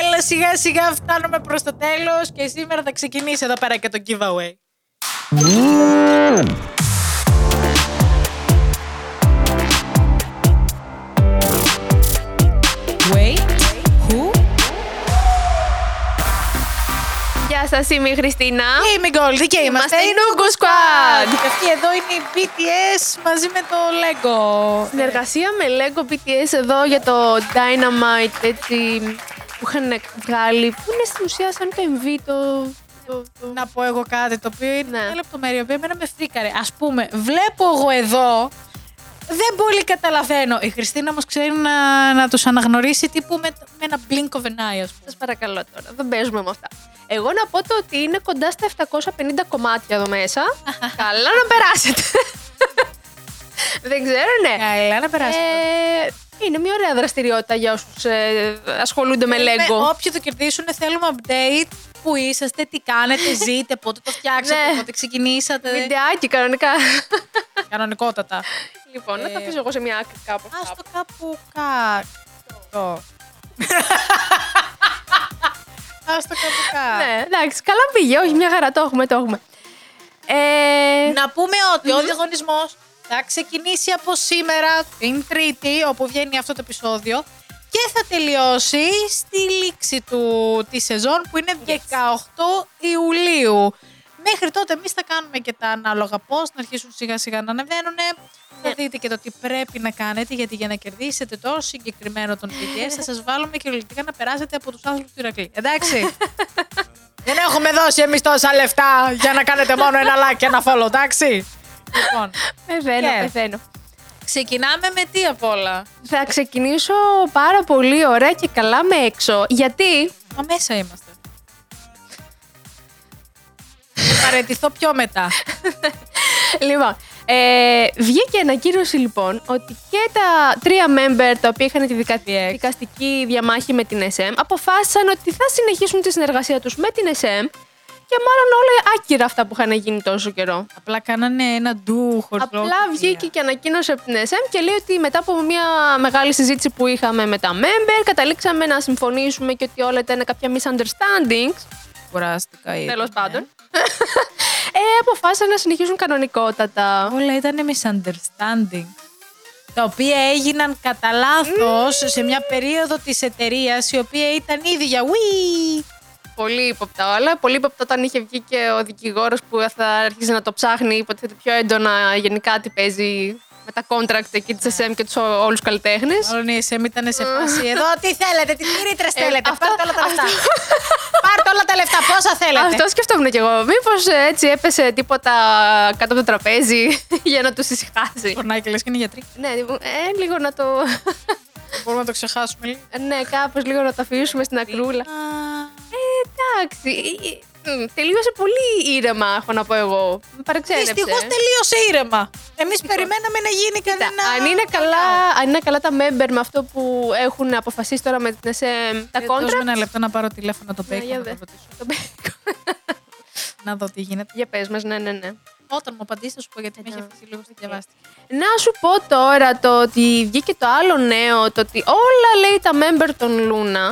Έλα σιγά σιγά φτάνουμε προς το τέλος και σήμερα θα ξεκινήσει εδώ πέρα και το giveaway. Wait, who? Γεια σας, είμαι η Χριστίνα. Και είμαι η Γκόλδη και είμαστε Είμαστε η η Νούγκου Νούγκου Squad. Squad. Και αυτή εδώ είναι η BTS μαζί με το Lego. Συνεργασία με Lego BTS εδώ για το Dynamite έτσι, που είχαν βγάλει. Που είναι στην ουσία σαν το MV το. το, το... Να πω εγώ κάτι το οποίο είναι Ναι. μια λεπτομέρεια που εμένα με φρίκαρε. Ας πούμε, βλέπω εγώ εδώ. Δεν πολύ καταλαβαίνω. Η Χριστίνα όμως ξέρει να, να τους αναγνωρίσει τύπου με, με ένα blink of an eye, ας πούμε. Σας παρακαλώ τώρα, δεν παίζουμε με αυτά. Εγώ να πω το ότι είναι κοντά στα 750 κομμάτια εδώ μέσα. Καλά να περάσετε. δεν ξέρω, ναι. Καλά, Ε, να περάσει. Ε, είναι μια ωραία δραστηριότητα για όσους ε, ασχολούνται με Λέμε, Lego. Όποιοι το κερδίσουν, θέλουμε update. Πού είσαστε, τι κάνετε, ζείτε, πότε το φτιάξατε, Ναι. πότε ξεκινήσατε. Βιντεάκι κανονικά. Κανονικότατα. λοιπόν, να τα αφήσω εγώ σε μια άκρη κάπου. αυτά. Άστο κάπου κάτω. Άστο κάπου κάτω. Ναι, εντάξει, καλά πήγε. Όχι, μια χαρά, το έχουμε, το έχουμε. Ε, Να πούμε ότι ο διαγωνισμός θα ξεκινήσει από σήμερα, την Τρίτη, όπου βγαίνει αυτό το επεισόδιο και θα τελειώσει στη λήξη του, τη σεζόν που είναι 18 Ιουλίου. Μέχρι τότε εμείς θα κάνουμε και τα ανάλογα post, να αρχίσουν σιγά σιγά να ανεβαίνουν. Θα δείτε και το τι πρέπει να κάνετε, γιατί για να κερδίσετε το συγκεκριμένο τον BTS θα σας βάλουμε κυριολεκτικά να περάσετε από τους άνθρωπους του Ηρακλή. Εντάξει. Δεν έχουμε δώσει εμείς τόσα λεφτά για να κάνετε μόνο ένα like και ένα follow, εντάξει. λοιπόν, πεθαίνω, Και. πεθαίνω. ξεκινάμε με τι απ' όλα. Θα ξεκινήσω πάρα πολύ ωραία και καλά με έξω. Γιατί. Μα μέσα είμαστε. Θα Παρετηθώ πιο μετά. λοιπόν, ε, βγήκε ανακοίνωση λοιπόν ότι και τα τρία member τα οποία είχαν τη δικα- DX. δικαστική διαμάχη με την SM αποφάσισαν ότι θα συνεχίσουν τη συνεργασία τους με την SM και μάλλον όλα άκυρα αυτά που είχαν γίνει τόσο καιρό. Απλά κάνανε ένα ντου χωρίς λόγο Απλά και βγήκε ουσία. και ανακοίνωσε από την SM και λέει ότι μετά από μια μεγάλη συζήτηση που είχαμε με τα member, καταλήξαμε να συμφωνήσουμε και ότι όλα ήταν κάποια misunderstandings. Κουράστηκα ήδη. Τέλος πάντων. ε, αποφάσισαν να συνεχίσουν κανονικότατα. Όλα ήταν misunderstanding. Τα οποία έγιναν κατά λάθος σε μια περίοδο της εταιρείας η οποία ήταν ήδη για Wii. Πολύ ύποπτα όλα. Πολύ ύποπτα όταν είχε βγει και ο δικηγόρος που θα άρχισε να το ψάχνει, υποτίθεται πιο έντονα γενικά τι παίζει με τα contract εκεί της SM και τους όλους καλλιτέχνες. Μάλλον η SM ήταν σε φάση εδώ. Τι θέλετε, τι ρήτρε θέλετε. Ε. αυτό- πάρτε όλα τα λεφτά. πάρτε όλα τα λεφτά. Πόσα θέλετε. Αυτό σκεφτόμουν κι εγώ. Μήπως έτσι έπεσε τίποτα κάτω από το τραπέζι για να τους ησυχάσει. Πορνάει και λε και είναι γιατρή. ναι, λοιπόν, ε, λίγο να το. Μπορούμε να το ξεχάσουμε λίγο. ναι, κάπως λίγο να το αφήσουμε στην ακρούλα. Ε, εντάξει. Ε, Μ, Τελείωσε πολύ ήρεμα, έχω να πω εγώ. Με παρεξένεψε. Δυστυχώς τελείωσε ήρεμα. Εμείς περιμέναμε να γίνει Κοίτα, κανένα. αν, είναι καλά, αν είναι καλά τα member με αυτό που έχουν αποφασίσει τώρα με την SM, τα Ε, Δώσ' μου κόντρα. ένα λεπτό να πάρω τηλέφωνο το Bacon για να το δε. ρωτήσω. Να δω τι γίνεται. Για πες μας, ναι, ναι, ναι. Όταν μου απαντήσεις, θα σου πω γιατί με έχει αφήσει λίγο στη διαβάστη. Να σου πω τώρα το ότι βγήκε το άλλο νέο, το ότι όλα λέει τα member των Λούνα.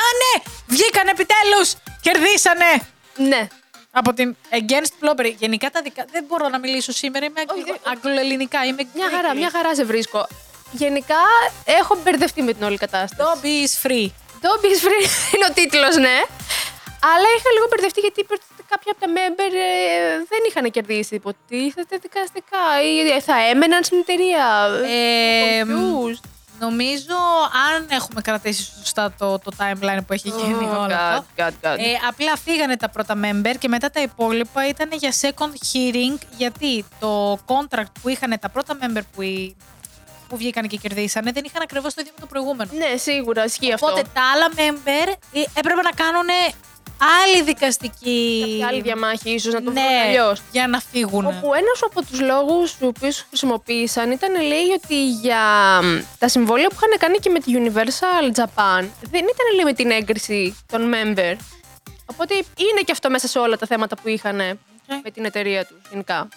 Α, ναι! Βγήκαν επιτέλους! Κερδίσανε! Ναι. Από την Against Blobbery. Γενικά τα δικά. Δεν μπορώ να μιλήσω σήμερα. Είμαι Όχι, αγγλο- δεν- αγγλοελληνικά. Είμαι Μια χαρά, Greek. μια χαρά σε βρίσκω. Γενικά έχω μπερδευτεί με την όλη κατάσταση. Dobby is free. Don't be free είναι ο τίτλος, ναι. Αλλά είχα λίγο μπερδευτεί γιατί είπε ότι κάποια από τα member ε, δεν είχαν κερδίσει υποτίθεται δικαστικά ή ε, θα έμεναν στην εταιρεία. Ε, Confused. νομίζω αν έχουμε κρατήσει σωστά το, το timeline που έχει γίνει Oh, όλο αυτό. God, God, God. Ε, απλά φύγανε τα πρώτα member και μετά τα υπόλοιπα ήταν για second hearing γιατί το contract που είχαν τα πρώτα member που, οι- που βγήκαν και κερδίσανε δεν είχαν ακριβώς το ίδιο με το προηγούμενο. Ναι, σίγουρα ισχύει αυτό. Οπότε τα άλλα member ε, έπρεπε να κάνουν άλλη δικαστική... Κάποια άλλη διαμάχη, ίσως να το ναι. ναι, αλλιώς. για να φύγουν. Όπου ένας από τους λόγους του οποίους χρησιμοποίησαν ήταν λέει ότι για τα συμβόλαια που είχαν κάνει και με τη Universal Japan δεν ήταν λέει με την έγκριση των member. Οπότε είναι και αυτό μέσα σε όλα τα θέματα που είχαν με την εταιρεία τους γενικά.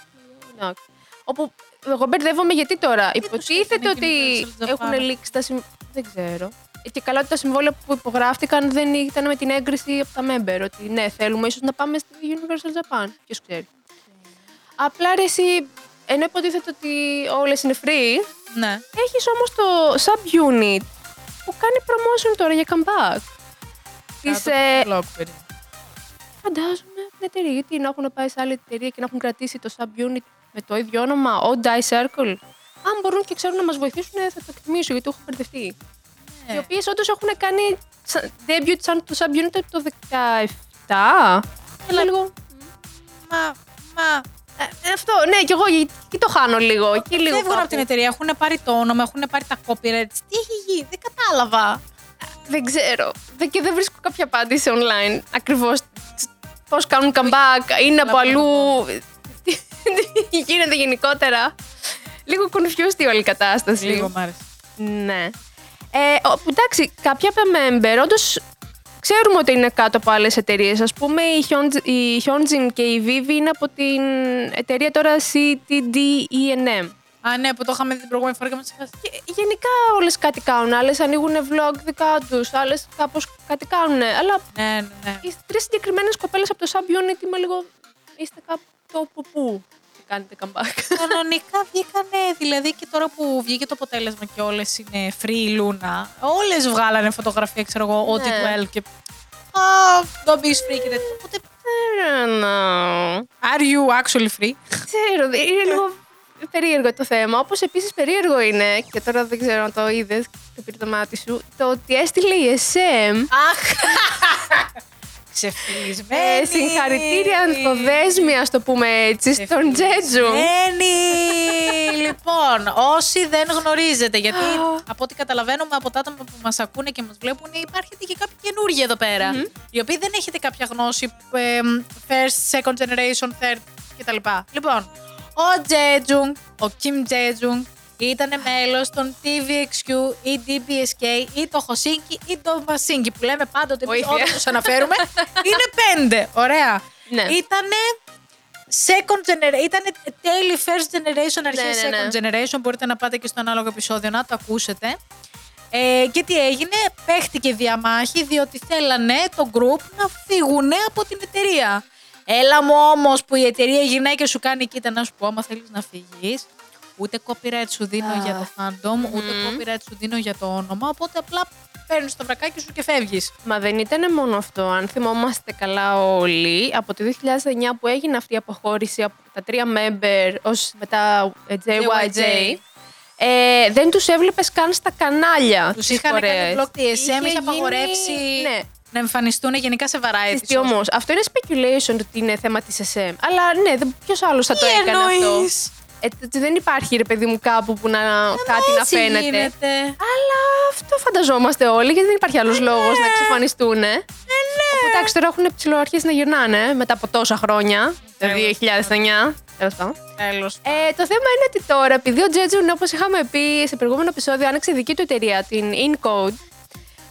Εντάξει. Όπου εγώ μπερδεύομαι γιατί τώρα. το σκέφτεται Υποτίθεται η ότι Universal Japan? έχουν λήξει τα συμβόλαια. Δεν ξέρω. Και καλά ότι τα συμβόλαια που υπογράφτηκαν δεν ήταν με την έγκριση από τα member. Ότι ναι, θέλουμε ίσως να πάμε στη Universal Japan. Ποιος ξέρει. Απλά ρε, εσύ, ενώ υποτίθεται ότι όλες είναι free, Ναι. έχεις όμως το subunit που κάνει promotion τώρα για comeback. Τη ε, Φαντάζομαι την εταιρεία. Γιατί να έχουν πάει σε άλλη εταιρεία και να έχουν κρατήσει το subunit με το ίδιο όνομα, ο Die Circle. Αν μπορούν και ξέρουν να μας βοηθήσουν, ε, θα το εκτιμήσω γιατί έχω μπερδευτεί. Ναι. Οι οποίες όντως έχουν κάνει σαν- debut σαν το subunit από το 17. Έλα λίγο. Μα, μα. Ε, αυτό, ναι, κι εγώ γιατί- και το χάνω λίγο. Εκεί λίγο. Φεύγουν από κάπου. την εταιρεία, έχουν πάρει το όνομα, έχουν πάρει τα copyrights. Τι έχει γίνει, δεν κατάλαβα. Δεν ξέρω. Δε- και δεν βρίσκω κάποια απάντηση online. Ακριβώς πώς κάνουν comeback, είναι από αλλού. Τι γίνεται γενικότερα. Λίγο confused η όλη η κατάσταση. μ' άρεσε. Ναι. Ε, ο- που εντάξει, κάποια από τα member όντως ξέρουμε ότι είναι κάτω από άλλες εταιρείες. Ας πούμε, η, Hyunj- η Hyunjin και η Vivi είναι από την εταιρεία τώρα CTDENM. Α, ναι, που το είχαμε δει την προηγούμενη φορά και μας ξεχάσατε. E Και γενικά όλες κάτι κάνουν. Άλλες ανοίγουν vlog δικά τους, άλλες κάπως κάτι κάνουν. Αλλά Ναι, ναι, ναι. οι τρεις συγκεκριμένες κοπέλες από το subunit είμαι λίγο. Είστε κάπου το που που και κάνετε comeback. Ε, Κανονικά βγήκανε, δηλαδή και τώρα που βγήκε το αποτέλεσμα και όλες είναι free η Λούνα, όλες βγάλανε φωτογραφία, ξέρω εγώ, ό,τι Ναι. well και. Α, don't be free και τέτοια. Οπότε, Δεν know. are you actually free? Ξέρω, δε- είναι λίγο περίεργο το θέμα. Όπως επίσης περίεργο είναι, και τώρα δεν ξέρω αν το είδες, το πήρε το μάτι σου, το ότι έστειλε η SM. Αχ! Ε, Ξεφυλισμένη. συγχαρητήρια ανθοδέσμια, ας το πούμε έτσι, στον Τζέτζου. Ναι, Ξεφυλισμένη. λοιπόν, όσοι δεν γνωρίζετε, γιατί Α. από ό,τι καταλαβαίνουμε από τα άτομα που μας ακούνε και μας βλέπουν, υπάρχετε και κάποιοι καινούργοι εδώ πέρα, οι οποίοι δεν έχετε κάποια γνώση ε, first, second generation, third κτλ. Λοιπόν, ο Τζέτζουγκ, ο Κιμ Τζέτζουγκ, ήταν μέλος των TVXQ ή DBSK ή το Χωσίνκι ή το Βασίνκι που λέμε πάντοτε εμείς Βοήθεια. όταν τους αναφέρουμε. είναι πέντε. Ωραία. Ναι. Ήτανε second generation, ήταν τέλη first generation, αρχές Ναι, ναι, ναι. second generation. Μπορείτε να πάτε και στο ανάλογο επεισόδιο να το ακούσετε. Ε, και τι έγινε, παίχτηκε διαμάχη διότι θέλανε το group να φύγουν από την εταιρεία. Έλα μου όμως που η εταιρεία γυναίκες σου κάνει, κοίτα να σου πω, άμα θέλεις να φύγεις, ούτε copyright σου δίνω για το fandom, ούτε copyright σου δίνω για το όνομα. Οπότε απλά παίρνεις το βρακάκι σου και φεύγεις. Μα δεν ήταν μόνο αυτό. Αν θυμόμαστε καλά όλοι, από το 2009 που έγινε αυτή η αποχώρηση από τα τρία member ως μετά ε, JYJ, ε, δεν τους έβλεπες καν στα κανάλια Τους τις είχαν κάνει φορές. blog τη Είχε SM, είχε γίνει- απαγορεύσει Ναι. να εμφανιστούν γενικά σε variety. Τι όμω, αυτό είναι speculation ότι είναι θέμα της SM. Αλλά ναι, ποιος άλλος θα το Τι έκανε αυτό. εννοείς? Ε, Ε, τ- τ- δεν υπάρχει ρε παιδί μου κάπου που να, κάτι να Έτσι φαίνεται. γίνεται. Ε, Αλλά αυτό φανταζόμαστε όλοι, γιατί δεν υπάρχει άλλος λόγος να εξαφανιστούν. Ε, ναι. Όπου εντάξει, τώρα έχουν ψηλοαρχίσει να γυρνάνε μετά από τόσα χρόνια. Το 2009. τέλος πάντων. Τέλος. Ε, το θέμα είναι ότι τώρα, επειδή ο Τζέτζουν, όπως είχαμε πει σε προηγούμενο επεισόδιο, άνοιξε δική του εταιρεία, την InCode.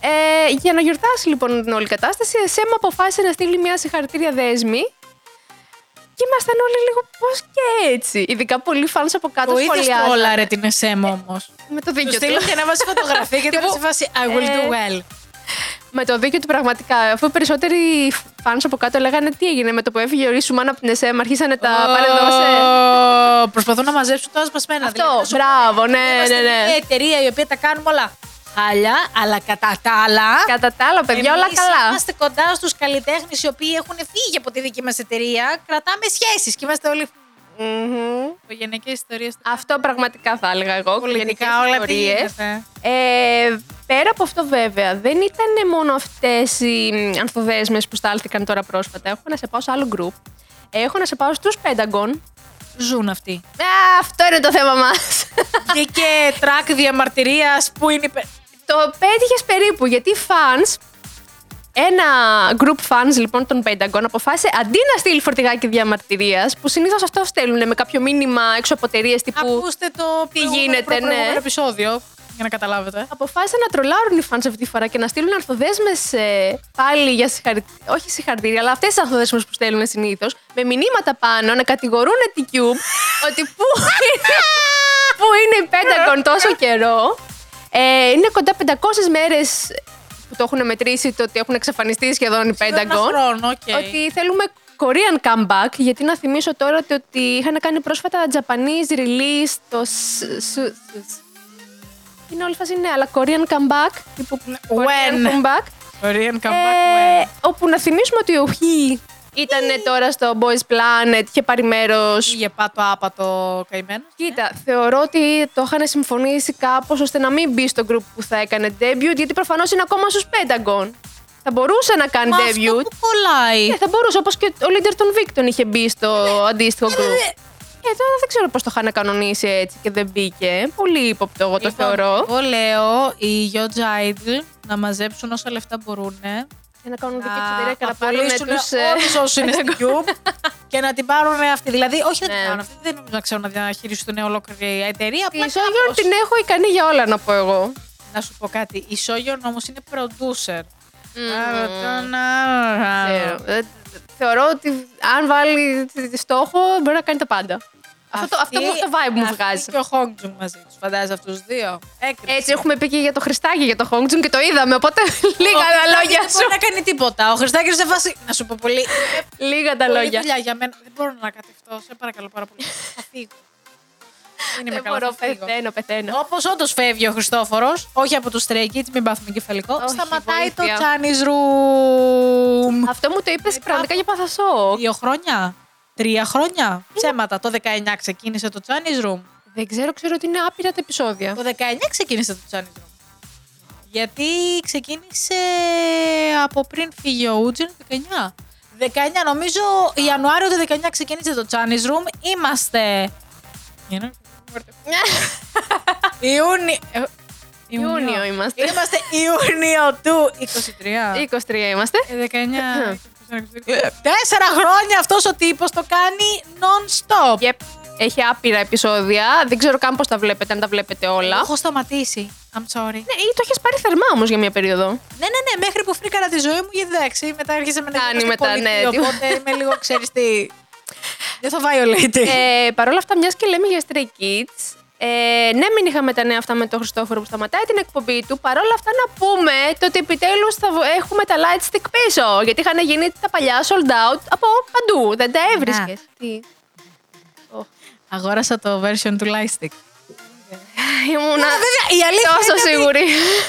Ε, για να γιορτάσει λοιπόν την όλη κατάσταση, η SM αποφάσισε να στείλει μια συγχαρητήρια δέσμη. Και ήμασταν όλοι λίγο πώς και έτσι. Ειδικά πολλοί φάνε από κάτω Το είδες σχολιάζαν. όλα ρε την SM όμως. Με το Του δίκιο του. στείλω και να βάζει φωτογραφία και Τύπου, ήταν σε φάση I will do ε, well. με το δίκιο του πραγματικά. Αφού οι περισσότεροι φάνε από κάτω λέγανε τι έγινε με το που έφυγε ο Ρίσουμαν από την SM, αρχίσανε τα δηλαδή, παρεδόσε. Ω, Προσπαθώ να μαζέψω το άσπασμένα. Αυτό, μπράβο, ναι, ναι, ναι. δηλαδή, Μια εταιρεία η οποία τα κάνουμε όλα χάλια, αλλά κατά τα άλλα. Κατά τα άλλα, παιδιά, όλα εμείς καλά. Είμαστε κοντά στους καλλιτέχνες οι οποίοι έχουν φύγει από τη δική μας εταιρεία. Κρατάμε σχέσεις και είμαστε όλοι. Μμμ. Οικογενειακές ιστορίες. Αυτό πραγματικά θα έλεγα εγώ. Πολιτικά οικογενειακές όλα τι ιστορίες. γίνεται. Ε, πέρα από αυτό, βέβαια, δεν ήταν μόνο αυτές οι ανθοδέσμε που στάλθηκαν τώρα πρόσφατα. Έχω να σε πάω σε άλλο group. Έχω να σε πάω στους Pentagon. Ζουν αυτοί. Α, αυτό είναι το θέμα μας. Βγήκε τρακ διαμαρτυρίας που είναι. υπε- το πέτυχες περίπου γιατί οι fans. Ένα group fans λοιπόν των Pentagon αποφάσισε αντί να στείλει φορτηγάκι διαμαρτυρίας, που συνήθως αυτό στέλνουν με κάποιο μήνυμα έξω από εταιρείες τύπου. Ακούστε το Τι προηγούμενο- γίνεται, προ- ναι. προηγούμενο επεισόδιο για να καταλάβετε. αποφάσισαν να τρολάρουν οι fans αυτή τη φορά και να στείλουν ανθοδέσμες ε, πάλι για συγχαρητήρια. Όχι συγχαρητήρια, αλλά αυτές τις ανθοδέσμε που στέλνουν συνήθως, με μηνύματα πάνω να κατηγορούν την Cube ότι πού είναι, πού είναι η Pentagon τόσο καιρό. Ε, είναι κοντά 500 μέρες που το έχουν μετρήσει το ότι έχουν εξαφανιστεί σχεδόν οι Σχεδόν ένα Πένταγκον. χρόνο, οκ. Ότι θέλουμε Korean comeback, γιατί να θυμίσω τώρα ότι- ότι είχαν κάνει πρόσφατα Japanese release το. σ- σ- σ- Είναι όλη φάση, ναι, αλλά Korean comeback. Τύπου Korean Ναι, When. comeback. Korean comeback Ε, when. όπου να θυμίσουμε ότι ο Χι ήταν τώρα στο Boys Planet, είχε πάρει μέρος. Πήγε πάτο άπατο καημένος. Κοίτα, θεωρώ ότι το είχαν συμφωνήσει κάπως ώστε να μην μπει στο group που θα έκανε debut, γιατί προφανώς είναι ακόμα στους Pentagon. Θα μπορούσε να κάνει Μα αυτό debut. που κολλάει. Ναι, θα μπορούσε, όπως και ο leader των Victon είχε μπει στο αντίστοιχο group. Ε, τώρα δεν ξέρω πώς το είχαν κανονίσει έτσι και δεν μπήκε. Πολύ ύποπτο, εγώ το Λοιπόν, θεωρώ. Εγώ λέω οι Γιώτζα Idol να μαζέψουν όσα λεφτά μπορούν. Για να κάνουν δική τους εταιρεία Να και να πάρουν απολύσουν τους, ε, όλους όσους είναι στην Cube και να την πάρουν αυτή. Δηλαδή, όχι να την Ναι. κάνουν αυτή, δεν νομίζω να ξέρουν να διαχειριστούν ολόκληρη εταιρεία. Η Απλά Σόγιον κάπως. την έχω ικανή για όλα, να πω εγώ. Να σου πω κάτι. Η Σόγιον όμως είναι producer. Ξέρω. Ε, Θεωρώ ότι αν βάλει τη- στόχο μπορεί να κάνει τα πάντα. Αυτό, το, αυτό μου- το vibe μου αυτή βγάζει. Ε, και ο Χόγκτζουνγκ μαζί τους. Φαντάζεσαι αυτούς του δύο. Έκρηξη. Έτσι έχουμε πει και για το Χριστάκη, για το Χόγκτσουν και το είδαμε. Οπότε Ο λίγα τα Χριστάκης λόγια Δεν μπορεί σου. Ε, να κάνει τίποτα. Ο Χριστάκη δεν βάζει. Να σου πω πολύ. είναι Λίγα τα πολλή λόγια. δουλειά για μένα. Δεν μπορώ να κατευθώ. Σε παρακαλώ πάρα πολύ. Θα φύγω. Δεν είμαι Δεν καλά. Ε, μπορώ, θα φύγω. πεθαίνω, πεθαίνω. Όπως όντως φεύγει ο Χριστόφορος, όχι από τους Stray Kids, μην πάθουμε κεφαλικό. Όχι, σταματάει βοήθεια. το Chinese Room. Αυτό μου το είπες πραγματικά για πάθα σοκ. Δύο χρόνια. Τρία χρόνια. Ψέματα. Το 19 ξεκίνησε το Chinese Room. Δεν ξέρω, ξέρω ότι είναι άπειρα τα επεισόδια. Το 19 ξεκίνησε το Chinese Room. Γιατί ξεκίνησε από πριν φύγει ο Ούτζεν το 19. 19, νομίζω Ιανουάριο του 19 ξεκίνησε το Chinese Room. Είμαστε. Ιούνι... ε, Ιούνιο είμαστε. Είμαστε Ιούνιο του 23. 23 είμαστε. Ε, 19. Τέσσερα χρόνια αυτός ο τύπος το κάνει non-stop. Yep. Έχει άπειρα επεισόδια. Δεν ξέρω καν πώς τα βλέπετε, αν τα βλέπετε όλα. Έχω σταματήσει. I'm sorry. Ναι, ή το έχεις πάρει θερμά όμως για μια περίοδο. Ναι, ναι, ναι, μέχρι που φρίκαρα τη ζωή μου, γιατί εντάξει, μετά άρχισε με να Φτάνει γίνω μετά, μετά, ναι, τι- οπότε είμαι λίγο, ξέρεις τι, δεν θα violate. Ε, Παρ' όλα αυτά, μιας και λέμε για Stray Kids, ε, ναι, μην είχαμε τα νέα αυτά με τον Χριστόφορο που σταματάει την εκπομπή του. Παρ' όλα αυτά, να πούμε το ότι επιτέλους θα βο- έχουμε τα light stick πίσω. Γιατί είχαν γίνει τα παλιά sold out από παντού. Δεν τα έβρισκες. Τι. Αγόρασα το version του Lightstick. Ήμουνα βέβαια, η αλήθεια είναι Ε. τόσο ότι- σίγουρη.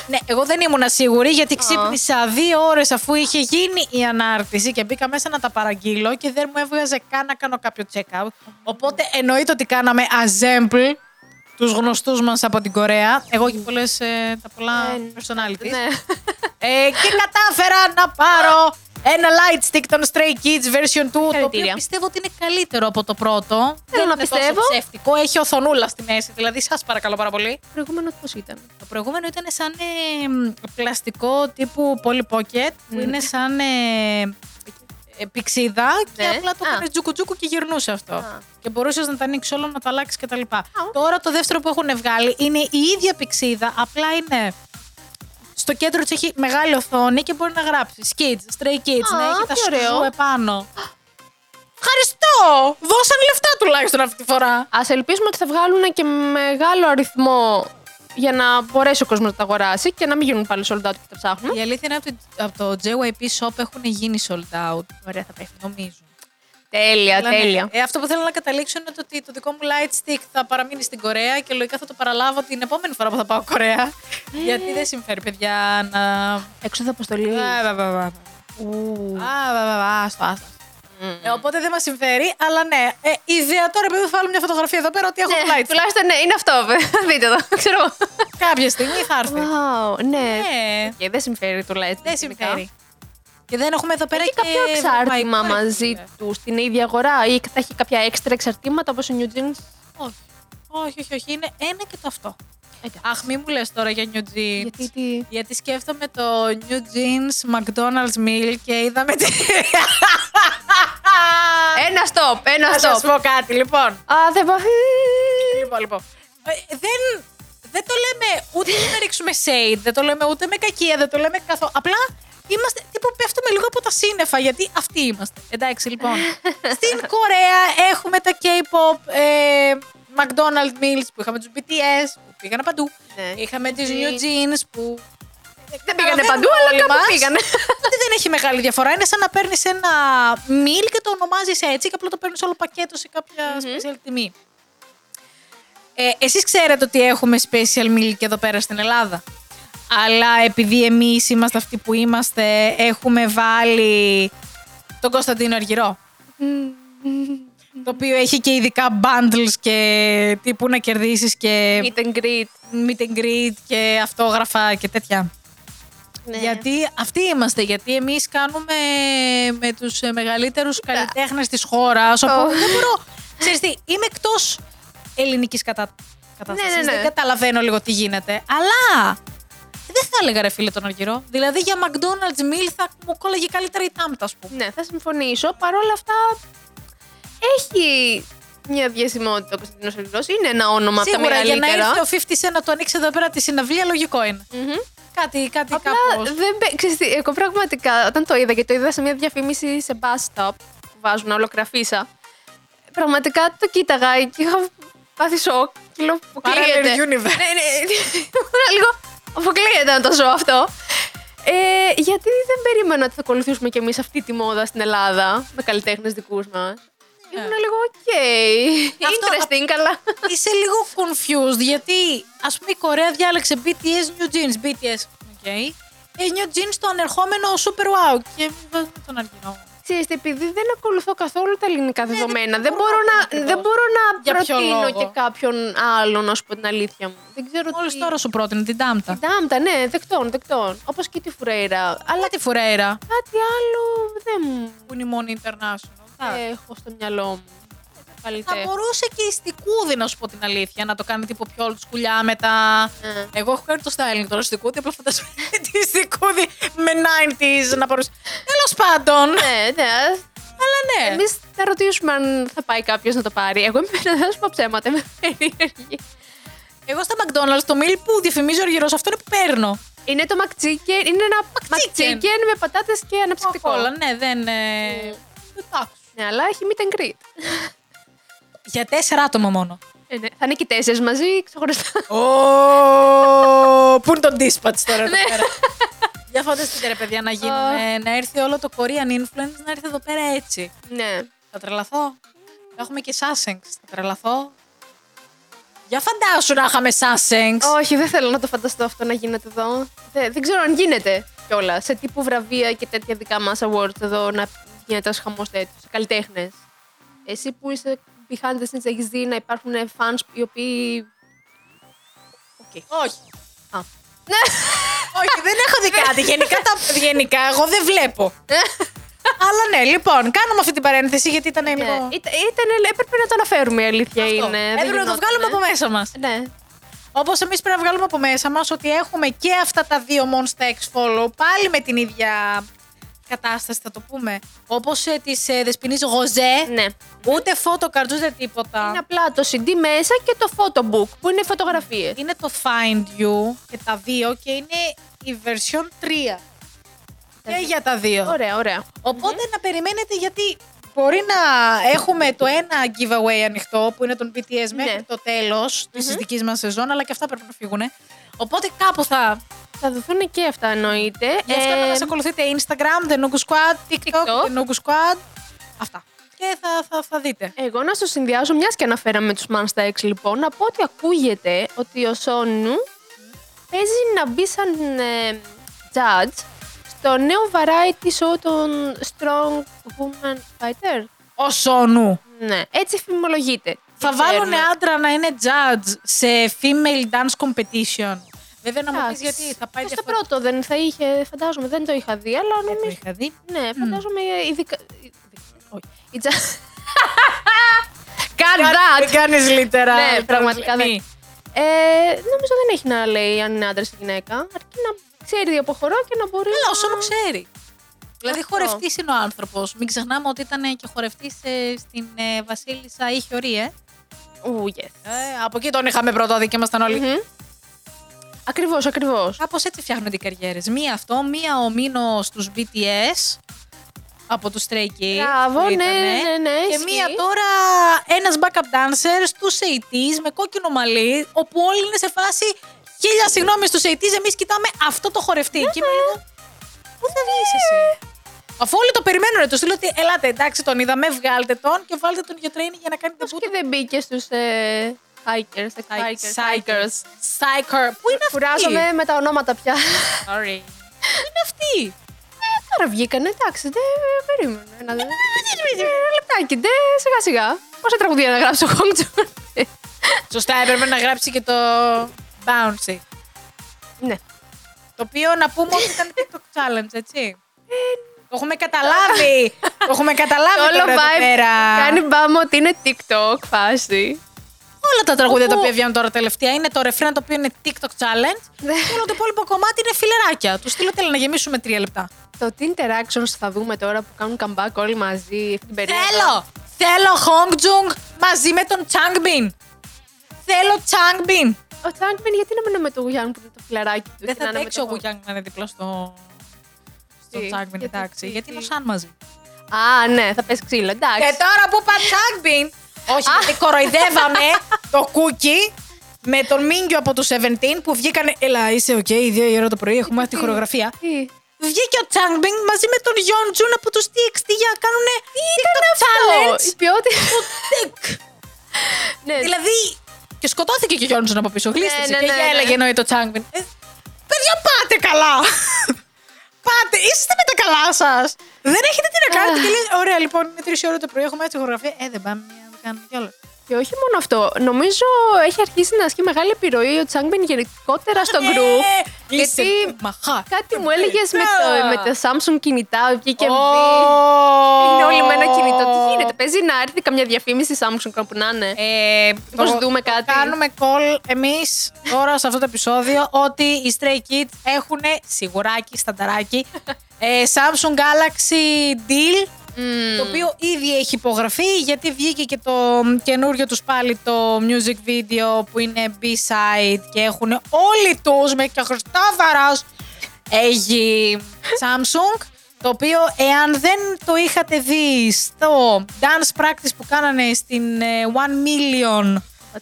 Ναι, εγώ δεν ήμουν σίγουρη γιατί ξύπνησα δύο ώρες αφού είχε γίνει η ανάρτηση και μπήκα μέσα να τα παραγγείλω και δεν μου έβγαζε καν να κάνω κάποιο check-out. Οπότε εννοείται ότι κάναμε azemple τους γνωστούς μας από την Κορέα. Εγώ και πολλές, ε, τα πολλά Ναι. personalities. ναι. Ε, και κατάφερα να πάρω ένα light stick των Stray Kids version 2, το οποίο Συγχαρητήρια. πιστεύω ότι είναι καλύτερο από το πρώτο. Δεν να είναι τόσο πιστεύω. ψεύτικο, έχει οθονούλα στη μέση, δηλαδή σας παρακαλώ πάρα πολύ. Προηγούμενο πώς ήταν. Το προηγούμενο ήταν σαν ε, μ, πλαστικό τύπου Polly Pocket, που είναι σαν ε, ε, πιξίδα και Ναι. απλά το Α. έκανε τζουκου τζουκου και γυρνούσε αυτό. Α. Και μπορούσες να τα ανοίξεις όλο, να τα αλλάξεις κτλ. Τώρα το δεύτερο που έχουν βγάλει είναι η ίδια πιξίδα, απλά είναι. Στο κέντρο της έχει μεγάλη οθόνη και μπορεί να γράψεις. Kids, stray kids, Α, να έχει τα τι ωραίο. σου επάνω. Ευχαριστώ! Δώσαν λεφτά τουλάχιστον αυτή τη φορά. Ας ελπίσουμε ότι θα βγάλουν και μεγάλο αριθμό για να μπορέσει ο κόσμος να τα αγοράσει και να μην γίνουν πάλι sold out που τα ψάχνουν. Η αλήθεια είναι ότι από το JYP Shop έχουν γίνει sold out. Ωραία, θα πέφτει, νομίζω. Τέλεια, Αλλά ναι. τέλεια. Ε, αυτό που θέλω να καταλήξω είναι το ότι το δικό μου light stick θα παραμείνει στην Κορέα και λογικά θα το παραλάβω την επόμενη φορά που θα πάω Κορέα. Ε. γιατί δεν συμφέρει, παιδιά, να. Έξοδο αποστολή. Α, βα, βα, βα. Ε. Ου. Α, βα, βα, βα, άστο, άστο. Ε, οπότε δεν μας συμφέρει, αλλά ναι. Ε, ιδέα τώρα, επειδή θα βάλω μια φωτογραφία εδώ πέρα ότι έχω Ναι, light stick. τουλάχιστον ναι, είναι αυτό. Δείτε το, ξέρω εγώ. Κάποια στιγμή θα έρθει. Wow, ναι. Ναι, Και δεν συμφέρει τουλάχιστον. δεν γενικά. συμφέρει. Και δεν έχουμε εδώ πέρα Έχει και. κάποιο εξάρτημα ευρωπαϊκό, μαζί έχουμε. του στην ίδια αγορά ή θα έχει κάποια έξτρα εξαρτήματα όπως ο New Jeans. Όχι. Όχι, όχι, όχι. Είναι ένα και το αυτό. Αχ, μη μου λες τώρα για New Jeans. Γιατί τι. Γιατί σκέφτομαι το New Jeans McDonald's Meal και είδαμε Ε, τι. Ένα stop, ένα Θα σας stop. πω κάτι, λοιπόν. Α, δεν μπορεί. Λοιπόν, λοιπόν. Ε, Δεν, δεν το λέμε ούτε για να ρίξουμε shade, δεν το λέμε ούτε με κακία, δεν το λέμε καθόλου. Απλά είμαστε τύπου πέφτουμε λίγο από τα σύννεφα, γιατί αυτοί είμαστε. Εντάξει, λοιπόν. Στην Κορέα έχουμε τα K-pop ε, McDonald's meals, που είχαμε τους BTS που πήγανε παντού. Ναι. Είχαμε τις Jeans. New Jeans που. Δεν πήγανε Καταλαβαίνουμε παντού, αλλά όλοι κάπου μας πήγανε. Ότι δεν έχει μεγάλη διαφορά. Είναι σαν να παίρνεις ένα meal και το ονομάζεις έτσι και απλά το παίρνεις όλο πακέτο σε καποια special τιμή. Ε, εσείς ξέρετε ότι έχουμε special meal και εδώ πέρα στην Ελλάδα. Αλλά επειδή εμείς είμαστε αυτοί που είμαστε, έχουμε βάλει τον Κωνσταντίνο Αργυρό. το οποίο έχει και ειδικά bundles και τι που να κερδίσεις και Meet and greet. meet and greet και αυτόγραφα και τέτοια. Ναι. Γιατί αυτοί είμαστε, γιατί εμείς κάνουμε με τους ε, μεγαλύτερους καλλιτέχνες της χώρας, οπότε δεν μπορώ. Ξέρεις τι, είμαι εκτός ελληνικής κατα... κατάστασης, Ναι, ναι, ναι. δεν καταλαβαίνω λίγο τι γίνεται, αλλά δεν θα έλεγα ρε φίλε τον Αργυρό. Δηλαδή για McDonald's meal θα μου κόλλαγε καλύτερα η τάμπτα, ας πούμε. Ναι, θα συμφωνήσω. Παρ' όλα αυτά, έχει μια διασημότητα ο Κωνσταντίνο Αργυρό. Είναι ένα όνομα από τα Σίγουρα για να μεγαλύτερα. ήρθε ο 50 Cent να το ανοίξει εδώ πέρα τη συναυλία, λογικό είναι. Μμμ. Κάτι, κάτι Απλά κάπως. δεν. πε- Ξέρεις, τι, εγώ πραγματικά όταν το είδα και το είδα σε μια διαφήμιση σε bus stop που βάζουν ολοκραφίσα. Πραγματικά το κοίταγα και είχα πάθει σοκ. Και λέω, αποκλείεται. Parallel universe. Ναι, ναι. Ήμουνα λίγο. Αποκλείεται να το ζω αυτό. Ε, γιατί δεν περίμενα ότι θα ακολουθήσουμε κι εμείς αυτή τη μόδα στην Ελλάδα με καλλιτέχνες δικούς μας. Ήμουν λίγο, οκ. Ναι. Αυτό- Interesting, αλλά. Είσαι λίγο confused γιατί ας πούμε η Κορέα διάλεξε BTS New Jeans. BTS, okay. Και Ε, New Jeans το ανερχόμενο Super Wow. Και βάζουμε τον αργυρό. Ξέρετε, επειδή δεν ακολουθώ καθόλου τα ελληνικά δεδομένα, δεν μπορώ μπορώ Ναι, να να, ακριβώς. δεν μπορώ να Για ποιο προτείνω λόγο. και κάποιον άλλον, να σου πω την αλήθεια μου. Δεν ξέρω Μόλις τι... τώρα σου πρότεινε την Τάμτα. Ντάμτα, ναι, δεκτών, δεκτών. Όπως και τη Φουρέιρα. Αλλά Αλλά τη Φουρέιρα κάτι άλλο δεν μου που είναι η μόνη international. εντάξει. έχω στο μυαλό μου. Θα Καλλιτέχνη. μπορούσε και η Στικούδη να σου πω την αλήθεια, να το κάνει τύπο πιο old σκουλιά μετά. Ε. Εγώ έχω κάνει το styling τώρα στη Στικούδη, απλά φαντάζομαι τη Στικούδη με 90s να παρουσιάσει. Τέλος πάντων. Ναι, ναι. Αλλά ναι. Εμείς θα ρωτήσουμε αν θα πάει κάποιος να το πάρει. Εγώ είμαι να δεν σου πω ψέματα. Είμαι περίεργη. Εγώ στα McDonald's το meal που διαφημίζει ο Αργυρός, αυτό είναι που παίρνω. Είναι το McChicken. Είναι ένα McChicken. McChicken με πατάτες και αναψυκτικό. Όλα, ναι, δεν. ε, Εντάξει. Ναι, αλλά έχει meet and greet. Για τέσσερα άτομα μόνο. Ε, ναι. Θα είναι και οι τέσσερις μαζί, ξεχωριστά. Πού είναι το dispatch τώρα εδώ Ναι. πέρα. Για φανταστείτε ρε παιδιά να γίνουμε, να έρθει όλο το Korean influence να έρθει εδώ πέρα έτσι. ναι. Θα τρελαθώ. Θα έχουμε και Sussex. Θα τρελαθώ. Για φαντάσου να είχαμε Sussex. Όχι, δεν θέλω να το φανταστώ αυτό να γίνεται εδώ. Δε- δεν ξέρω αν γίνεται κιόλας. Σε τύπου βραβεία και τέτοια δικά μας awards εδώ να γίνεται ένα χαμός τέτοιος. Καλλιτέχνες. Εσύ που είσαι behind the scenes, έχεις δει να υπάρχουν fans οι οποίοι. Όχι. Α. Ναι. Όχι, δεν έχω δει κάτι. Γενικά, τα... γενικά εγώ δεν βλέπω. Αλλά ναι, λοιπόν, κάνουμε αυτή την παρένθεση γιατί ήταν Ναι. λίγο. Ήταν, ήταν- έπρεπε να το αναφέρουμε η αλήθεια Λοιπόν. Αυτό. είναι. Δεν Έπρεπε να το γινότανε. βγάλουμε από μέσα μας. Ναι. Όπως εμείς πρέπει να βγάλουμε από μέσα μας ότι έχουμε και αυτά τα δύο Monster X Follow πάλι με την ίδια κατάσταση, θα το πούμε. Όπως ε, της ε, Δεσποινής Γοζέ. ναι. Ούτε φώτο καρδούζε τίποτα. Είναι απλά το CD μέσα και το photo book που είναι φωτογραφίες. Είναι το Find You και τα δύο και είναι η version 3. Και για τα δύο. Ναι. Ωραία, ωραία. οποτε να περιμένετε γιατί μπορεί να έχουμε το ένα giveaway ανοιχτό που είναι τον BTS μέχρι Ναι. το τελο της τη δικής μας σεζόν, αλλά και αυτά πρέπει να φύγουν. Οπότε κάπου θα. Θα δοθούν και αυτά εννοείται. Ε, Γι' αυτό να μας ακολουθείτε Instagram, The Nugu Squad, TikTok, TikTok. The Nugu Squad. Αυτά. Και θα, θα, θα δείτε. Εγώ να στο συνδυάσω, μιας και αναφέραμε τους Mansta X, λοιπόν, να πω ότι ακούγεται ότι ο Σόνου παίζει να μπει σαν ε, judge στο νέο variety show των Strong Woman Fighter. Ο Σόνου. Ναι, έτσι φημολογείται. Θα Δεν ξέρουμε. βάλουν άντρα να είναι judge σε female dance competition. Βέβαια να μου Εντάξει. πεις γιατί θα πάει Και στο διαφορετικά. πρώτο δεν θα είχε, φαντάζομαι, δεν το είχα δει, αλλά Δεν το νομίζω. είχα δει. Ναι, φαντάζομαι ειδικά. Όχι. Η judge. Cut that! Δεν κάνεις λίτερα. Ναι, πραγματικά δεν. Μη. Ε, νομίζω δεν έχει να λέει αν είναι άντρα ή γυναίκα. Αρκεί να ξέρει από χορό και να μπορεί. Καλά, να... ο Σόνο ξέρει. Δηλαδή, Αυτό. χορευτής είναι ο άνθρωπος. Μην ξεχνάμε ότι ήταν και χορευτής στην ε, Βασίλισσα Ήχιορή, ε. Ου, yes. ε. Από εκεί τον είχαμε πρώτο δει και ήμασταν όλοι. Ακριβώς, ακριβώς. Κάπως έτσι φτιάχνονται οι καριέρες. Μία αυτό, μία ο Μίνο στου BTS. από τους Stray Kids. Μπράβο, που ναι, ήτανε. ναι, ναι, Και ισχύει. μία τώρα ένας backup dancer στους 80s με κόκκινο μαλλί, όπου όλοι είναι σε φάση χίλια συγγνώμη στους 80s, εμείς κοιτάμε αυτό το χορευτή. Και είμαι λίγο. Πού θα βγεις εσύ. Ναι. Αφού όλοι το περιμένουν, ρε, του στείλω ότι ελάτε, εντάξει, τον είδαμε, βγάλτε τον και βάλτε τον για training για να κάνει τα Πώς και δεν μπήκε στους ε, hikers, τα hikers, Psychers. Psycher. Πού είναι αυτή. Κουράζομαι με τα ονόματα πια. Sorry. Πού είναι αυτή. Ε, Τώρα βγήκανε, εντάξει, δεν περίμενα. Ένα ένα λεπτάκι, ντε, σιγά σιγά. Πόσα τραγουδία να γράψω, Χόγκτσου. Σωστά, έπρεπε να γράψει και το Bouncy. Ναι. Το οποίο να πούμε ότι ήταν TikTok challenge, έτσι. το έχουμε καταλάβει. το έχουμε καταλάβει Το τώρα όλο εδώ vibe πέρα. κάνει μπάμ ότι είναι TikTok φάση. Όλα τα τραγούδια τα Όπου- οποία βγαίνουν τώρα τελευταία είναι το ρεφρέν το οποίο είναι TikTok challenge. Ναι. και όλο το υπόλοιπο κομμάτι είναι φιλεράκια. Του στείλω τέλο να γεμίσουμε τρία λεπτά. Το τι interactions θα δούμε τώρα που κάνουν comeback όλοι μαζί αυτή την περίοδο. Θέλω! Θέλω Hong Jung μαζί με τον Changbin. Θέλω Changbin. Ο Τσάνκμεν γιατί να μείνω με το Γουγιάν που είναι το φιλαράκι του. Δεν και να θα είναι με παίξει το ο Γκουγιάνγκ να είναι δίπλα στο. Στον Τι, Changbin, γιατί, εντάξει. τι, Γιατί είναι ο τι. Σαν μαζί. Hong. Α, ναι, θα πες ξύλο, Και εντάξει. τώρα που είπα τσάγκμπιν. Όχι, γιατί κοροϊδεύαμε το κούκι με τον Μίνγκιο από τους 17 που βγήκανε. Έλα, είσαι οκ, okay, 2 η ώρα το πρωί, έχουμε αυτή τη χορογραφία. Τι. Βγήκε ο Τσάγκμπιν μαζί με τον Γιόντζουν από τους TXT για να κάνουν. Τι ήταν Ω, Η ποιότητα. Ναι, Δηλαδή. Και σκοτώθηκε και ο Γιόντζουν από πίσω. Γλίστησε. ναι, και ναι, για ναι. έλεγε εννοεί το Τσάγκμπιν. Ε, παιδιά, πάτε καλά. πάτε, είστε με τα καλά σας. Δεν έχετε τι να κάνετε. Και λέει, Ωραία, λοιπόν, είναι 3 η ώρα το πρωί, έχουμε έτσι χορογραφία. Ε, δεν πάμε να κάνουμε κιόλα. Και όχι μόνο αυτό. Νομίζω έχει αρχίσει να ασκεί μεγάλη επιρροή ο Τσάνκμεν γενικότερα στο Ναι, group. είσαι Γιατί μαχά. κάτι μου έλεγες με, το, με τα Samsung κινητά, βγήκε oh. Είναι Είναι όλοι με ένα κινητό. Τι γίνεται, παίζει να έρθει καμιά διαφήμιση Samsung κάπου να είναι. Ε, Μήπως το- δούμε το κάτι. Κάνουμε call εμείς τώρα σε αυτό το επεισόδιο ότι οι Stray Kids έχουν σιγουράκι, στανταράκι. ε, Samsung Galaxy Deal. Ε, Το οποίο ήδη έχει υπογραφεί γιατί βγήκε και το καινούριο τους πάλι το music video που είναι B-side και έχουν όλοι τους με και ο Χριστόφορος έχει Samsung το οποίο εάν δεν το είχατε δει στο dance practice που κάνανε στην ε, One Million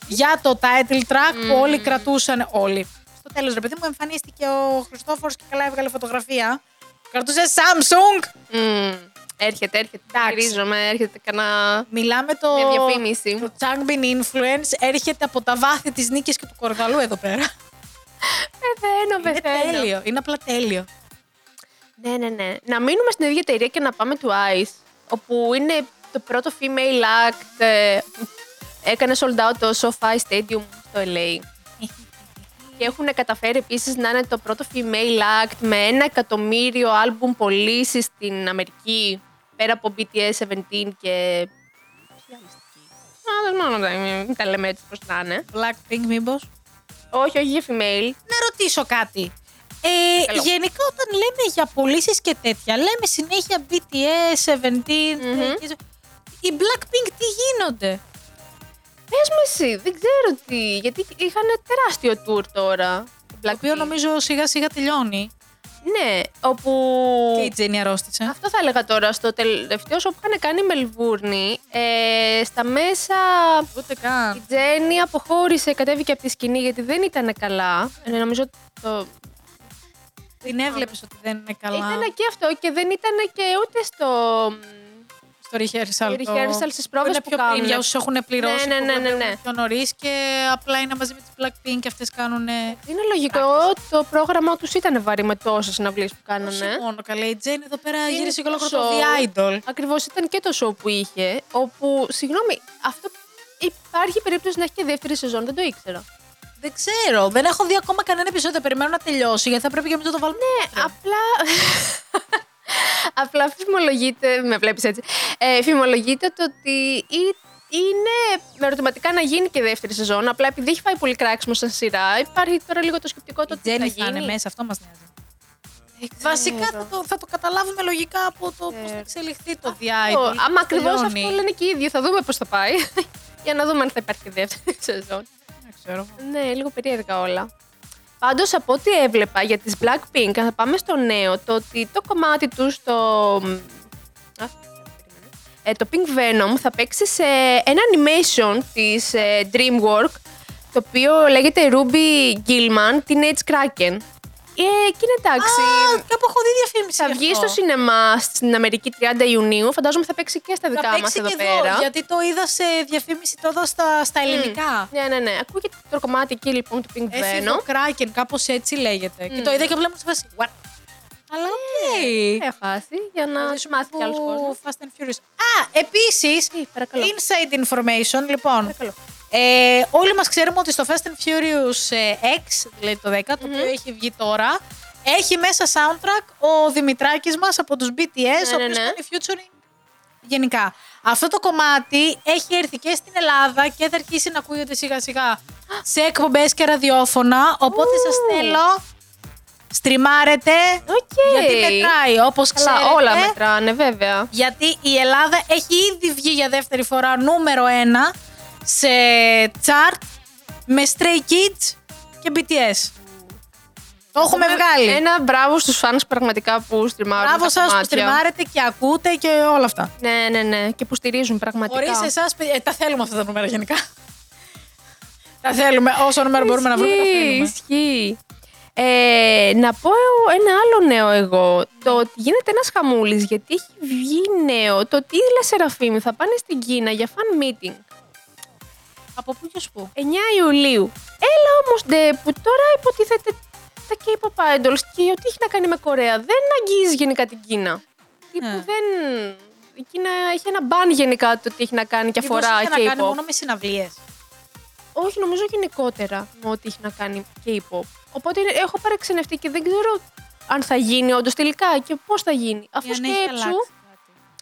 για το title track που όλοι κρατούσαν όλοι. Στο τέλος ρε παιδί μου εμφανίστηκε ο Χριστόφορος και καλά έβγαλε φωτογραφία. Κρατούσε Samsung. Μμμ. Έρχεται, έρχεται. Εντάξει. Γυρίζομαι, έρχεται κανένα. Μιλάμε το. Μια διαφήμιση. Το Changbin Influence έρχεται από τα βάθη της νίκης και του κορδαλού εδώ πέρα. Πεθαίνω, Είναι τέλειο. Είναι απλά τέλειο. Ναι, ναι, ναι. Να μείνουμε στην ίδια εταιρεία και να πάμε του Ice, όπου είναι το πρώτο female act ε, που έκανε sold out το SoFi Stadium στο LA. και έχουν καταφέρει επίσης να είναι το πρώτο female act με ένα εκατομμύριο άλμπουμ πωλήσεις στην Αμερική, πέρα από BTS, 17 και... Α, δεν ξέρω, δεν- μην τα λέμε έτσι πως να είναι. Blackpink, μήπως. Όχι, όχι για female. Να ρωτήσω κάτι. Ε, Καλό. γενικά όταν λέμε για πωλήσεις και τέτοια, λέμε συνέχεια BTS, 17, Drake. Οι Blackpink τι γίνονται. Πες μου εσύ, δεν ξέρω τι, γιατί είχαν τεράστιο tour τώρα. Το οποίο νομίζω σιγά σιγά τελειώνει. Ναι, όπου... Και η Τζένι αρρώστησε. Αυτό θα έλεγα τώρα, στο τελευταίο show που είχαν κάνει η Μελβούρνη, ε, στα μέσα Ούτε η καν. Τζέννη αποχώρησε, κατέβηκε από τη σκηνή γιατί δεν ήταν καλά. Ε, νομίζω το... Την έβλεπες ότι δεν είναι καλά. Ήταν και αυτό και δεν ήταν και ούτε στο... Στο rehearsal. Το rehearsal στις που πρόβες είναι που πιο κάνουν. πριν για όσους έχουν πληρώσει. Ναι, ναι, που ναι, ναι, βλέπουν ναι. Πιο νωρίς και απλά είναι μαζί με τις Blackpink και αυτές κάνουν. Είναι λογικό, το πρόγραμμά τους ήταν βαρύ με τόσες συναυλίες που Όχι κάνανε. μόνο καλέ. Η Τζέν εδώ πέρα Είναι γύρισε και το ολόκληρο το show. The Idol. Ακριβώς ήταν και το show που είχε, όπου, συγγνώμη, αυτό υπάρχει περίπτωση να έχει και δεύτερη σεζόν, δεν το ήξερα. Δεν ξέρω. Δεν έχω δει ακόμα κανένα επεισόδιο. Περιμένω να τελειώσει γιατί θα πρέπει και εμείς να το βάλουμε. Ναι, απλά. απλά φημολογείται. Με βλέπεις έτσι. Ε, φημολογείται το ότι ή- είναι με ερωτηματικά να γίνει και δεύτερη σεζόν. Απλά επειδή έχει φάει πολύ κράξιμο σαν σειρά, υπάρχει τώρα λίγο το σκεπτικό το Η ότι θα Τζένις θα είναι γίνει. Ναι. μέσα, αυτό μας νοιάζει. Δεν ξέρω. Βασικά θα το, θα το καταλάβουμε λογικά από το πώς θα Ξέρω. εξελιχθεί το The Αυτό. Idol. Άμα ακριβώς Τελειώνει. αυτό λένε και οι ίδιοι, θα δούμε πώς θα πάει. Για να δούμε αν θα υπάρχει και δεύτερη σεζόν. Δεν ξέρω. Ναι, λίγο περίεργα όλα. Πάντως από ό,τι έβλεπα για τις Blackpink, αν θα πάμε στο νέο, το ότι το κομμάτι του στο Α, περίμενε. Ε, το Pink Venom θα παίξει σε ένα animation της ε, DreamWorks το οποίο λέγεται Ruby Gilman, Teenage Kraken. Ε, και είναι εντάξει. Α, κάπου έχω δει διαφήμιση. Θα γι' βγει αυτό. στο σινεμά στην Αμερική 30 Ιουνίου. Φαντάζομαι θα παίξει και στα Θα δικά μα παίξει εδώ και πέρα. εδώ, γιατί το είδα σε διαφήμιση τώρα στα, στα ελληνικά. Ναι, ναι, ναι. Ακούγεται το κομμάτι εκεί λοιπόν του Pink Έφυγε Venom. Kraken, κάπως έτσι λέγεται. Και το είδα και απλά μου σε φάση. What? Αλλά οκ. Ε, χάσει για να σου μάθει κι άλλος Που κόσμος. Fast and Furious. Α, επίσης. Ε, παρακαλώ. Inside information, λοιπόν. Ε, όλοι μας ξέρουμε ότι στο Fast and Furious ε, X, δηλαδή το 10, το οποίο έχει βγει τώρα, έχει μέσα soundtrack ο Δημητράκης μας από τους BTS, ο ναι, οποίος ναι. κάνει featuring γενικά. Αυτό το κομμάτι έχει έρθει και στην Ελλάδα και θα αρχίσει να ακούγεται σιγά σιγά σε εκπομπές και ραδιόφωνα, οπότε σας Ου. θέλω, στριμάρετε, Οκ. γιατί μετράει, όπως ξέρετε. Καλά, όλα μετράνε, βέβαια. Γιατί η Ελλάδα έχει ήδη βγει για δεύτερη φορά νούμερο ένα σε chart με Stray Kids και BTS. Το έχουμε βγάλει. Ένα μπράβο στους φαν πραγματικά που στριμάρουν. Μπράβο τα σας που κομμάτια. τριμάρετε και ακούτε και όλα αυτά. Ναι, ναι, ναι. Και που στηρίζουν πραγματικά. Χωρίς εσάς, ε, τα θέλουμε αυτά τα νούμερα γενικά. τα θέλουμε. Όσο νούμερο μπορούμε να βρούμε, τα Ισχύει, θέλουμε. Ισχύει. Ε, να πω ένα άλλο νέο εγώ. Το ότι γίνεται ένας χαμούλης γιατί έχει βγει νέο. Το ότι η Λα Σεραφείμ θα πάνε στην Κίνα για fan meeting Από πού και σου πού. 9 Ιουλίου. Έλα όμως ντε που τώρα υποτίθεται τα K-pop idols και ό,τι έχει να κάνει με Κορέα δεν αγγίζει γενικά την Κίνα. Τύπου Ναι. δεν. Η Κίνα έχει ένα μπαν γενικά το τι έχει να κάνει και Μήπως αφορά είχε K-pop. να κάνει μόνο με συναυλίες. Όχι, νομίζω γενικότερα με ό,τι έχει να κάνει K-pop. Οπότε είναι- έχω παραξενευτεί και δεν ξέρω αν θα γίνει όντως τελικά και πώς θα γίνει. Αφού σκέψου.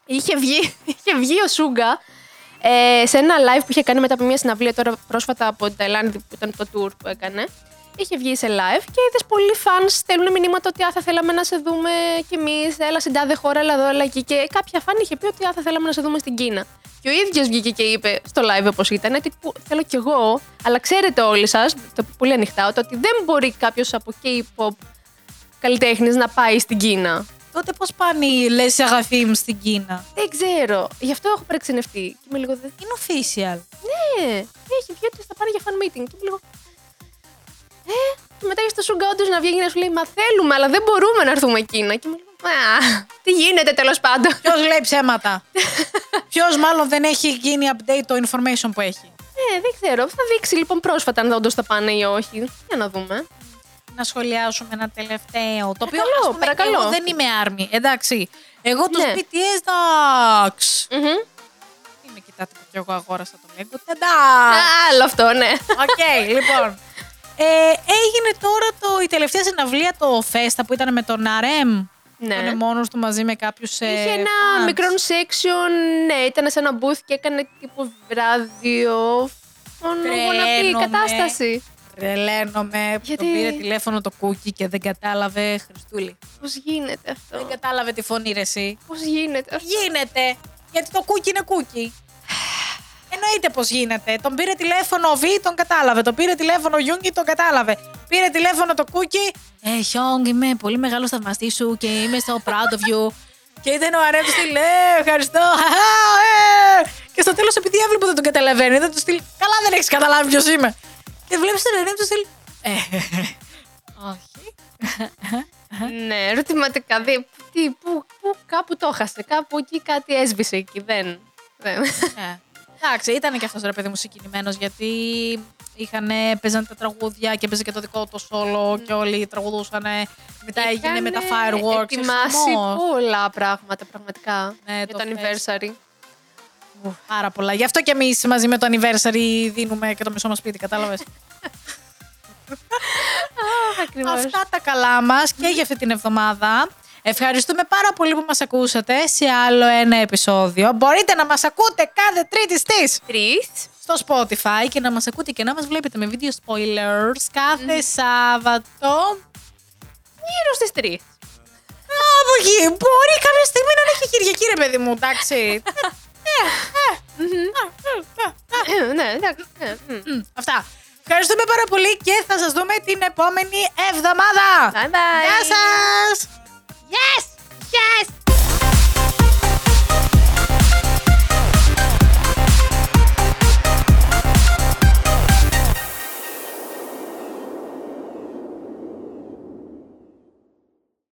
Είχε βγει, είχε βγει ο Σούγκα ε, σε ένα live που είχε κάνει μετά από μια συναυλία τώρα πρόσφατα από την Ταϊλάνδη που ήταν το tour που έκανε. Είχε βγει σε live και είδες πολλοί fans στέλνουν μηνύματα ότι «Α, θα θέλαμε να σε δούμε κι εμείς. Έλα στην τάδε χώρα, έλα εδώ, έλα εκεί. Και κάποια fan είχε πει ότι «Α, θα θέλαμε να σε δούμε στην Κίνα. Και ο ίδιος βγήκε και είπε στο live όπως ήταν, ότι «Που, θέλω κι εγώ, αλλά ξέρετε όλοι σας, το είπε πολύ ανοιχτά, ότι δεν μπορεί κάποιος από K-pop καλλιτέχνης να πάει στην Κίνα. Τότε πώς πάνε οι λες αγαθοί μου στην Κίνα. Δεν ξέρω. Γι' αυτό έχω παρεξενευτεί. Και είμαι λίγο. «Δεν Είναι official. Ναι, έχει βγει ότι θα πάνε για fan meeting. Και είμαι λίγο. Ε, και μετά έχει το σούγκα όντως να βγει και να σου λέει Μα θέλουμε, αλλά δεν μπορούμε να έρθουμε Κίνα. Και είμαι λίγο. Μα, τι γίνεται τέλος πάντων. Ποιος λέει ψέματα. Ποιος μάλλον δεν έχει γίνει update το information που έχει. Ναι, δεν ξέρω. Θα δείξει λοιπόν πρόσφατα αν όντως θα πάνε ή όχι. Για να δούμε. Να σχολιάσουμε ένα τελευταίο. Το οποίο Παρακαλώ, ας πούμε, παρακαλώ. εγώ δεν είμαι άρμη. Εντάξει. Εγώ του Ναι. BTS εντάξει. Μμμ. Μην με κοιτάτε που κι εγώ αγόρασα το Lego. Εντάξει. Α, Άλλο αυτό, ναι. Οκ, λοιπόν. Ε, έγινε τώρα το, η τελευταία συναυλία, το Φέστα που ήταν με τον RM. Ναι. Ήταν μόνος του μαζί με κάποιους ε, Είχε ένα fans. μικρό section, ναι, ήταν σε ένα booth και έκανε τύπου βράδιο. Μονοπή Τρένο, ναι. κατάσταση. Τρελαίνομαι που Γιατί- τον πήρε τηλέφωνο το κούκι και δεν κατάλαβε Χριστούλη. Πώς γίνεται αυτό. Δεν κατάλαβε τη φωνή ρε εσύ. Πώς γίνεται αυτό. Γίνεται. Γιατί το κούκι είναι κούκι. Εννοείται πω γίνεται. Τον πήρε τηλέφωνο ο Β, τον κατάλαβε. Τον πήρε τηλέφωνο ο Γιούγκη, τον κατάλαβε. Πήρε τηλέφωνο το κούκι. Ε, Χιόγκ, είμαι πολύ μεγάλος θαυμαστής σου και είμαι so proud of you. και ήταν ο Αρέμ στη λέει, ευχαριστώ. χαχά, ε! Και στο τέλος, επειδή έβλεπε ότι δεν τον καταλαβαίνει, δεν του στείλει. Καλά, δεν έχεις καταλάβει ποιος είμαι. Και βλέπεις τον Αρέμ του στείλει. Ε, όχι. Ναι, ερωτηματικά. Δι, τι, πού, πού, κάπου το έχασε. Κάπου εκεί κάτι έσβησε εκεί. Δεν. δεν. Ναι. Εντάξει, ήταν και αυτός ρε παιδί μου συγκινημένος γιατί είχαν, παίζανε τα τραγούδια και παίζει και το δικό του solo και όλοι τραγουδούσαν. Μετά έγινε με τα Είχανε fireworks. Ετοιμάσει χαμός. πολλά πράγματα πραγματικά Ναι, για το το, fest. anniversary. Ουφ, Πάρα πολλά. Γι' αυτό και εμείς μαζί με το anniversary δίνουμε και το μισό μας σπίτι, κατάλαβες. Ακριβώς. Αυτά τα καλά μας και για αυτή την εβδομάδα. Ευχαριστούμε πάρα πολύ που μας ακούσατε σε άλλο ένα επεισόδιο. Μπορείτε να μας ακούτε κάθε τρίτη στις Τρεις. στο Spotify και να μας ακούτε και να μας βλέπετε με βίντεο spoilers κάθε Σάββατο. Γύρω στις τρεις. Από εκεί. Μπορεί κάποια στιγμή να είναι και Κυριακή, ρε παιδί μου, εντάξει. Ε, ναι, εντάξει. ναι, μ. Μμ, Αυτά. Ευχαριστούμε πάρα πολύ και θα σας δούμε την επόμενη εβδομάδα. Bye bye. Γεια σας!